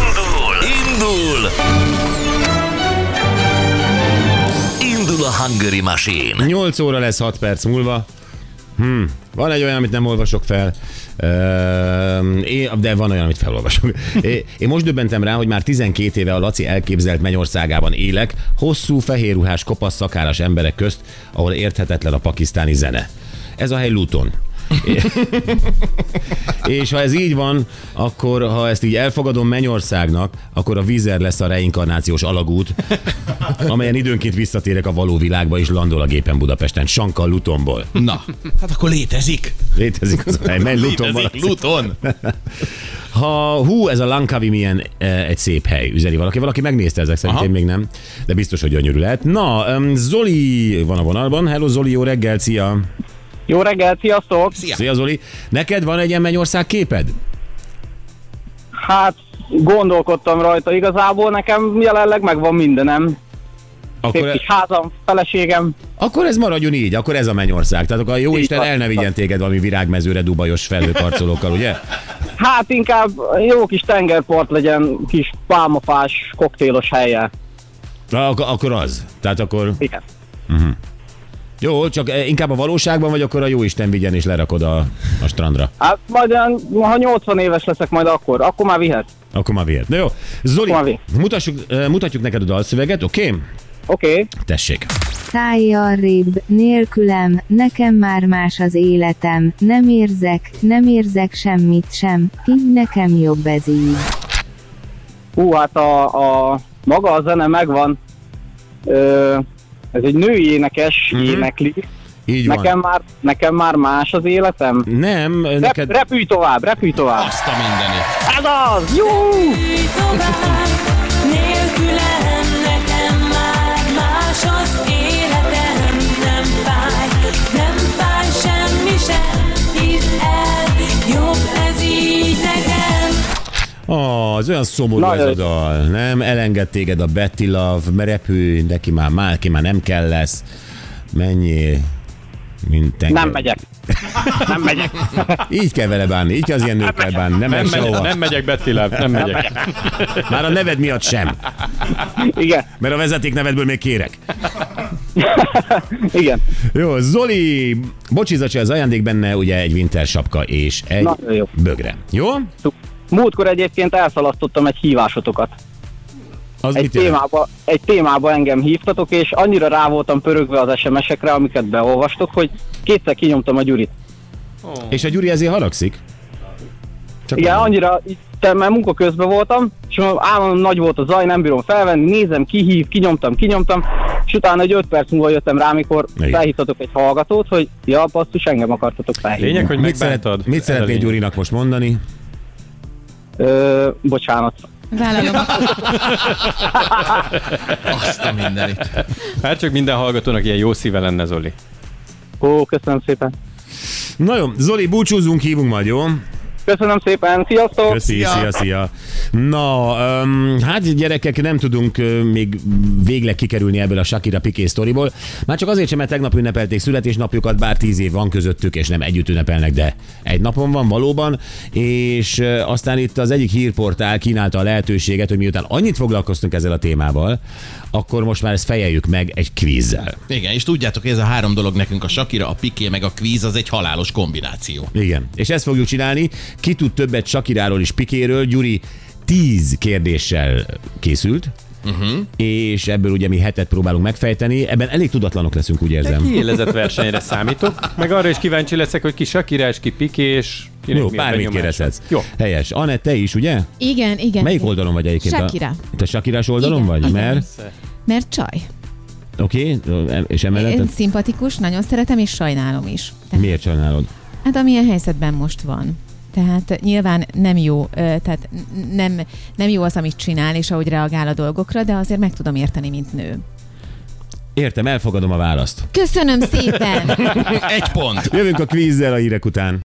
Indul! Indul! Indul a Hungary Machine! 8 óra lesz 6 perc múlva. Hmm. Van egy olyan, amit nem olvasok fel, Öm, én- de van olyan, amit felolvasok. É- Én most döbbentem rá, hogy már 12 éve a Laci elképzelt mennyországában élek, hosszú, fehérruhás, kopasz, szakállas emberek közt, ahol érthetetlen a pakisztáni zene. Ez a hely Luton. És ha ez így van, akkor ha ezt így elfogadom Mennyországnak, akkor a vízer lesz a reinkarnációs alagút, amelyen időnként visszatérek a való világba, és landol a gépen Budapesten, Sankal Lutonból. Na, hát akkor létezik. Létezik az a hely, menj Lutonba. Létezik Luton. Ha, hú, ez a Lankavi milyen e, egy szép hely, üzeni valaki. Valaki megnézte ezek szerint, Aha. én még nem, de biztos, hogy gyönyörű lehet. Na, um, Zoli van a vonalban. Hello Zoli, jó reggel, szia. Jó reggelt, sziasztok! Szia. Szia Zoli. Neked van egy ilyen Mennyország képed? Hát gondolkodtam rajta, igazából nekem jelenleg megvan mindenem. Szép Akkor, e- kis házam, feleségem. akkor ez maradjon így, akkor ez a Mennyország. Tehát akkor a jó Így Isten van. el ne vigyen téged valami virágmezőre dubajos felhőkarcolókkal, ugye? Hát inkább jó kis tengerpart legyen, kis pálmafás, koktélos helye. Na, ak- akkor az. Tehát akkor Igen. jó, csak eh, inkább a valóságban vagy, akkor a jó Isten vigyen és lerakod a, a strandra. Hát majd olyan, ha 80 éves leszek majd akkor, akkor már vihet. Akkor már vihet. Na jó, Zoli, Akkor már vihet. mutassuk, eh, mutatjuk neked a dalszöveget, oké? Okay? Oké. Okay. Tessék. Szállj arrébb, nélkülem, nekem már más az életem, nem érzek, nem érzek semmit sem, így nekem jobb ez így. Hú, hát a, a maga a zene megvan. Ö, ez egy női énekes Mhm. mm-hmm. énekli. Így Nekem már, nekem már más az életem. van. Nem, eh, Rep, neked... repülj tovább, repülj tovább. Azt a mindenit. Ez az! Jó! Repülj tovább, nélkülem nekem már más az életem. Nem fáj, nem fáj semmi sem, hidd el, jobb ez így nekem. Ó, az olyan szomorú Na, Ah, ez a jaj. dal, nem? Elenged téged a Betty Love, mert repülj, neki már, már, ki már nem kell lesz. Mennyi mint tenger. Nem megyek. Nem megyek. Így kell vele bánni, így kell az ilyen nőkkel bánni, nem, nem Nem, megy, sehova. nem megyek Bettiláv, nem megyek. Már a neved miatt sem, Igen, mert a vezeték nevedből még kérek. igen. Jó, Zoli, bocsizacsi az ajándék benne, ugye egy winter sapka és egy Nagyon jó. bögre. Jó? Múltkor egyébként elszalasztottam egy hívásotokat. Az Egy mit jelent? témába, egy témába engem hívtatok, és annyira rá voltam pörögve az SMS-ekre, amiket beolvastok, hogy kétszer kinyomtam a Gyurit. És a Gyuri ezért haragszik? Csak Igen, mondom. annyira itt, mert munka közben voltam, és állandóan nagy volt a zaj, nem bírom felvenni, nézem, ki hív, kinyomtam, kinyomtam, és utána egy 5 perc múlva jöttem rá, amikor Igen. felhívtatok egy hallgatót, hogy ja, basszus, engem akartatok felhívni. Lényeg, hogy Mit, szeret, megbántad. mit szeretnél Gyurinak most mondani? Ö, bocsánat. Vállalom. Azt a mindenit. Hát csak minden hallgatónak ilyen jó szíve lenne, Zoli. Ó, köszönöm szépen. Na jó, Zoli, búcsúzzunk, hívunk majd, jó? Köszönöm szépen, sziasztok! Köszi, szia, szia. szia. Na, um, hát gyerekek, nem tudunk ö, még végleg kikerülni ebből a Shakira Piqué sztoriból. Már csak azért sem, mert tegnap ünnepelték születésnapjukat, bár tíz év van közöttük, és nem együtt ünnepelnek, de egy napon van valóban, és ö, aztán itt az egyik hírportál kínálta a lehetőséget, hogy miután annyit foglalkoztunk ezzel a témával, akkor most már ezt fejeljük meg egy kvízzel. Igen, és tudjátok, hogy ez a három dolog nekünk, a Sakira, a Piké, meg a Kvíz, az egy halálos kombináció. Igen, és ezt fogjuk csinálni. Ki tud többet Sakiráról és Pikéről? Gyuri 10 kérdéssel készült. Mhm. Uh-huh. És ebből ugye mi hetet próbálunk megfejteni. Ebben elég tudatlanok leszünk, úgy érzem. Kiélezett versenyre számítok, meg arra is kíváncsi leszek, hogy ki Sakira és ki Piké, és kinek Jó, mi a bármit benyomása. kérdezhetsz. Jó. Helyes. Anett, te is, ugye? Igen, igen. Melyik oldalon vagy egyébként? a- Shakira. Te Sakirás oldalon Igen, vagy? igen. Mert, Mert csaj. oké, okay. és Én emellett? szimpatikus, nagyon szeretem, és sajnálom is. Tehát, Miért sajnálod? Hát amilyen helyzetben most van. Tehát eh, nyilván nem jó, ö, tehát n- nem, nem jó az, amit csinál, és ahogy reagál a dolgokra, de azért meg tudom érteni, mint nő. Értem, elfogadom a választ. Köszönöm szépen! Egy pont. Jövünk a kvízzel a hírek után.